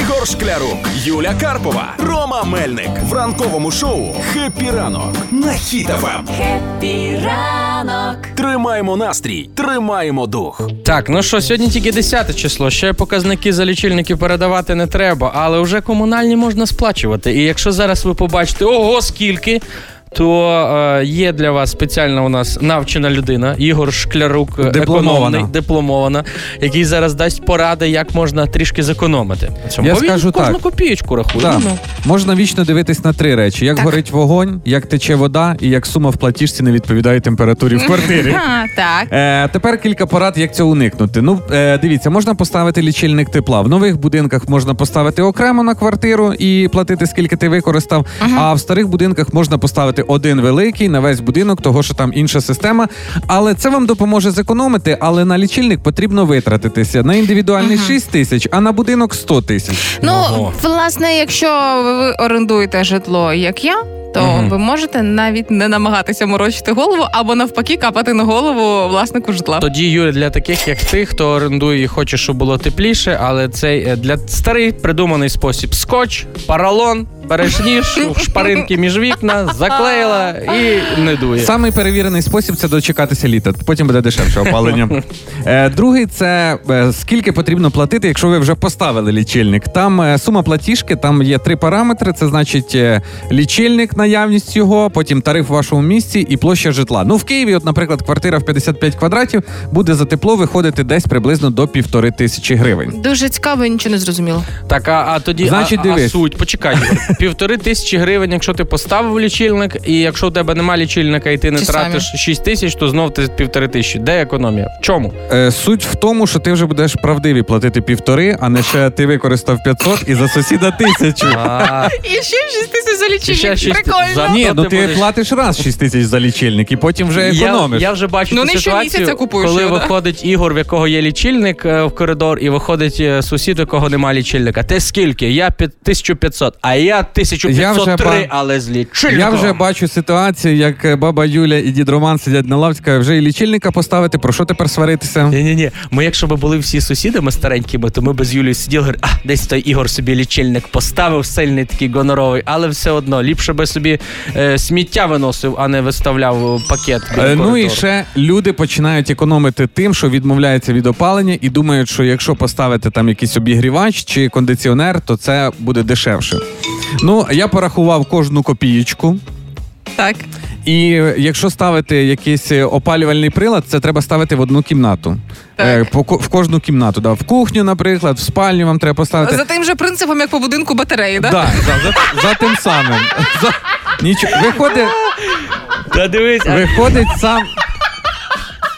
Ігор Шклярук, Юля Карпова, Рома Мельник в ранковому шоу «Хеппі ранок» на Хіт-ФМ. Піранок. Тримаємо настрій, тримаємо дух. Так, ну що, сьогодні тільки 10 число. Ще показники за лічильників передавати не треба, але вже комунальні можна сплачувати. І якщо зараз ви побачите ого, скільки. То е, є для вас спеціальна у нас навчена людина, Ігор Шклярук, е, Дипломована. економний, дипломована, який зараз дасть поради, як можна трішки зекономити. Цьому. Я Бо він скажу кожну так. копієчку рахує. Так. Ну, Можна вічно дивитись на три речі: як горить вогонь, як тече вода, і як сума в платіжці не відповідає температурі в квартирі. А, так. Е, тепер кілька порад, як цього уникнути. Ну е, дивіться, можна поставити лічильник тепла. В нових будинках можна поставити окремо на квартиру і платити, скільки ти використав. А в старих будинках можна поставити один великий на весь будинок, того що там інша система. Але це вам допоможе зекономити. Але на лічильник потрібно витратитися на індивідуальний 6 тисяч, а на будинок 100 тисяч. Ну, Ого. власне, якщо ви орендуєте житло, як я. То Мгм. ви можете навіть не намагатися морочити голову або навпаки капати на голову власнику житла. Тоді Юля, для таких, як ти, хто орендує і хоче, щоб було тепліше, але цей е, для старий придуманий спосіб: скотч, поролон, береш ніж, шпаринки між вікна, заклеїла і не дує. Самий перевірений спосіб це дочекатися літа. Потім буде дешевше опалення. Е, Другий це е, скільки потрібно платити, якщо ви вже поставили лічильник. Там е, сума платіжки, там є три параметри: це значить е, лічильник, наявність його, потім тариф в вашому місці і площа житла. Ну в Києві, от, наприклад, квартира в 55 квадратів буде за тепло виходити десь приблизно до півтори тисячі гривень. Дуже цікаво, я нічого не зрозуміло. Так, а, а тоді Значить, а, а дивись. суть, почекай, Юр. півтори тисячі гривень, якщо ти поставив лічильник, і якщо у тебе немає лічильника, і ти не Чи тратиш 6 тисяч, то знов ти півтори тисячі. Де економія? В чому? Е, Суть в тому, що ти вже будеш правдиві платити півтори, а не ще ти використав 500 і за сусіда тисячу. А, І ще 6 тисяч за І ще шість- лічильник. Прикольно. за- Ні, То ну ти ти будеш- платиш раз 6 тисяч за лічильник і потім вже економиш. Я, я вже бачу Ну, цю не ситуацію, щомісяця купуєш коли його, да? виходить Ігор, в якого є лічильник е, в коридор, і виходить е, сусід, у якого немає лічильника. Ти скільки? Я під 1500, а я 1503, Я вже ба- але з лічильником. Я вже бачу ситуацію, як е, баба Юля і дід Роман сидять на лавці, кажуть, вже і лічильника поставити. Про що тепер сваритися? Ні, ні, ні. Ми, якщо б були всі сусідами старенькими, то ми б з Юлією сиділи, говорили, а десь той Ігор собі лічильник поставив, сильний такий гоноровий, але все одно ліпше би собі е, сміття виносив, а не виставляв е, пакет. біля Е, Ну коридору. і ще люди починають економити тим, що відмовляються від опалення, і думають, що якщо поставити там якийсь обігрівач чи кондиціонер, то це буде дешевше. Ну я порахував кожну копієчку. Так. І якщо ставити якийсь е, опалювальний прилад, це треба ставити в одну кімнату. Так. Е, по ко- в кожну кімнату, да. в кухню, наприклад, в спальню вам треба поставити. За тим же принципом, як по будинку батареї, да? Да, да, за, за тим самим. За... Нічого. Виходить, Та дивись, а виходить сам.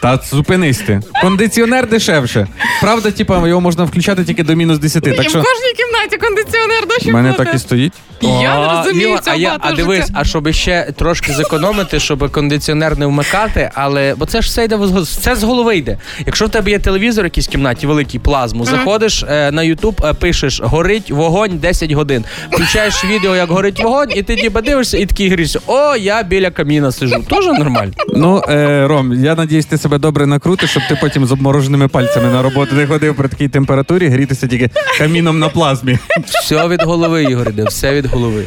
Та зупинись ти. Кондиціонер дешевше. Правда, типа, його можна включати тільки до мінус 10. І Так в що кожній кімнаті кондиціонер в дощ мене так і стоїть. Я не А, розумію Юра, цього а, я, а багато дивись, життя. а щоб ще трошки зекономити, щоб кондиціонер не вмикати, але бо це ж все йде в- це з голови йде. Якщо в тебе є телевізор, якийсь в кімнаті, великий плазму, заходиш е, на Ютуб, е, пишеш горить вогонь 10 годин. Включаєш відео, як горить вогонь, і ти ніби дивишся, і такий грішся. О, я біля каміна сижу. Тоже нормально. Ну, е, Ром, я надіюсь, ти себе добре накрутиш, щоб ти потім з обмороженими пальцями на роботу не ходив при такій температурі, грітися тільки каміном на плазмі. Все від голови, Ігор, іде, все від голови.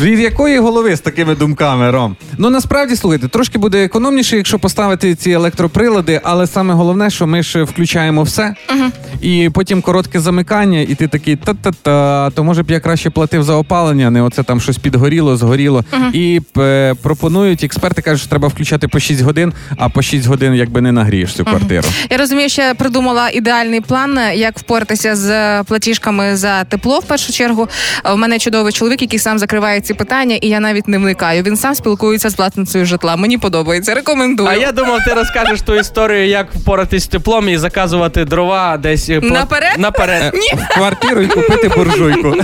Від якої голови з такими думками, Ром? Ну насправді слухайте, трошки буде економніше, якщо поставити ці електроприлади, але саме головне, що ми ж включаємо все, і потім коротке замикання, і ти такий та-та-та, то може б я краще платив за опалення, не оце там щось підгоріло, згоріло. І е, пропонують експерти кажуть, що треба включати по 6 годин, а по 6 годин якби не нагрієш цю квартиру. Я розумію, що я придумала ідеальний план, е, як впоратися з е, платіжками за тепло. В першу чергу у мене чудовий чоловік, який сам закриває ці питання, і я навіть не вникаю. Він сам спілкується з власницею житла. Мені подобається. Рекомендую. А я думав, ти розкажеш ту історію, як впоратись з теплом і заказувати дрова десь е, пла- Наперед? наперед. В квартиру і купити буржуйку.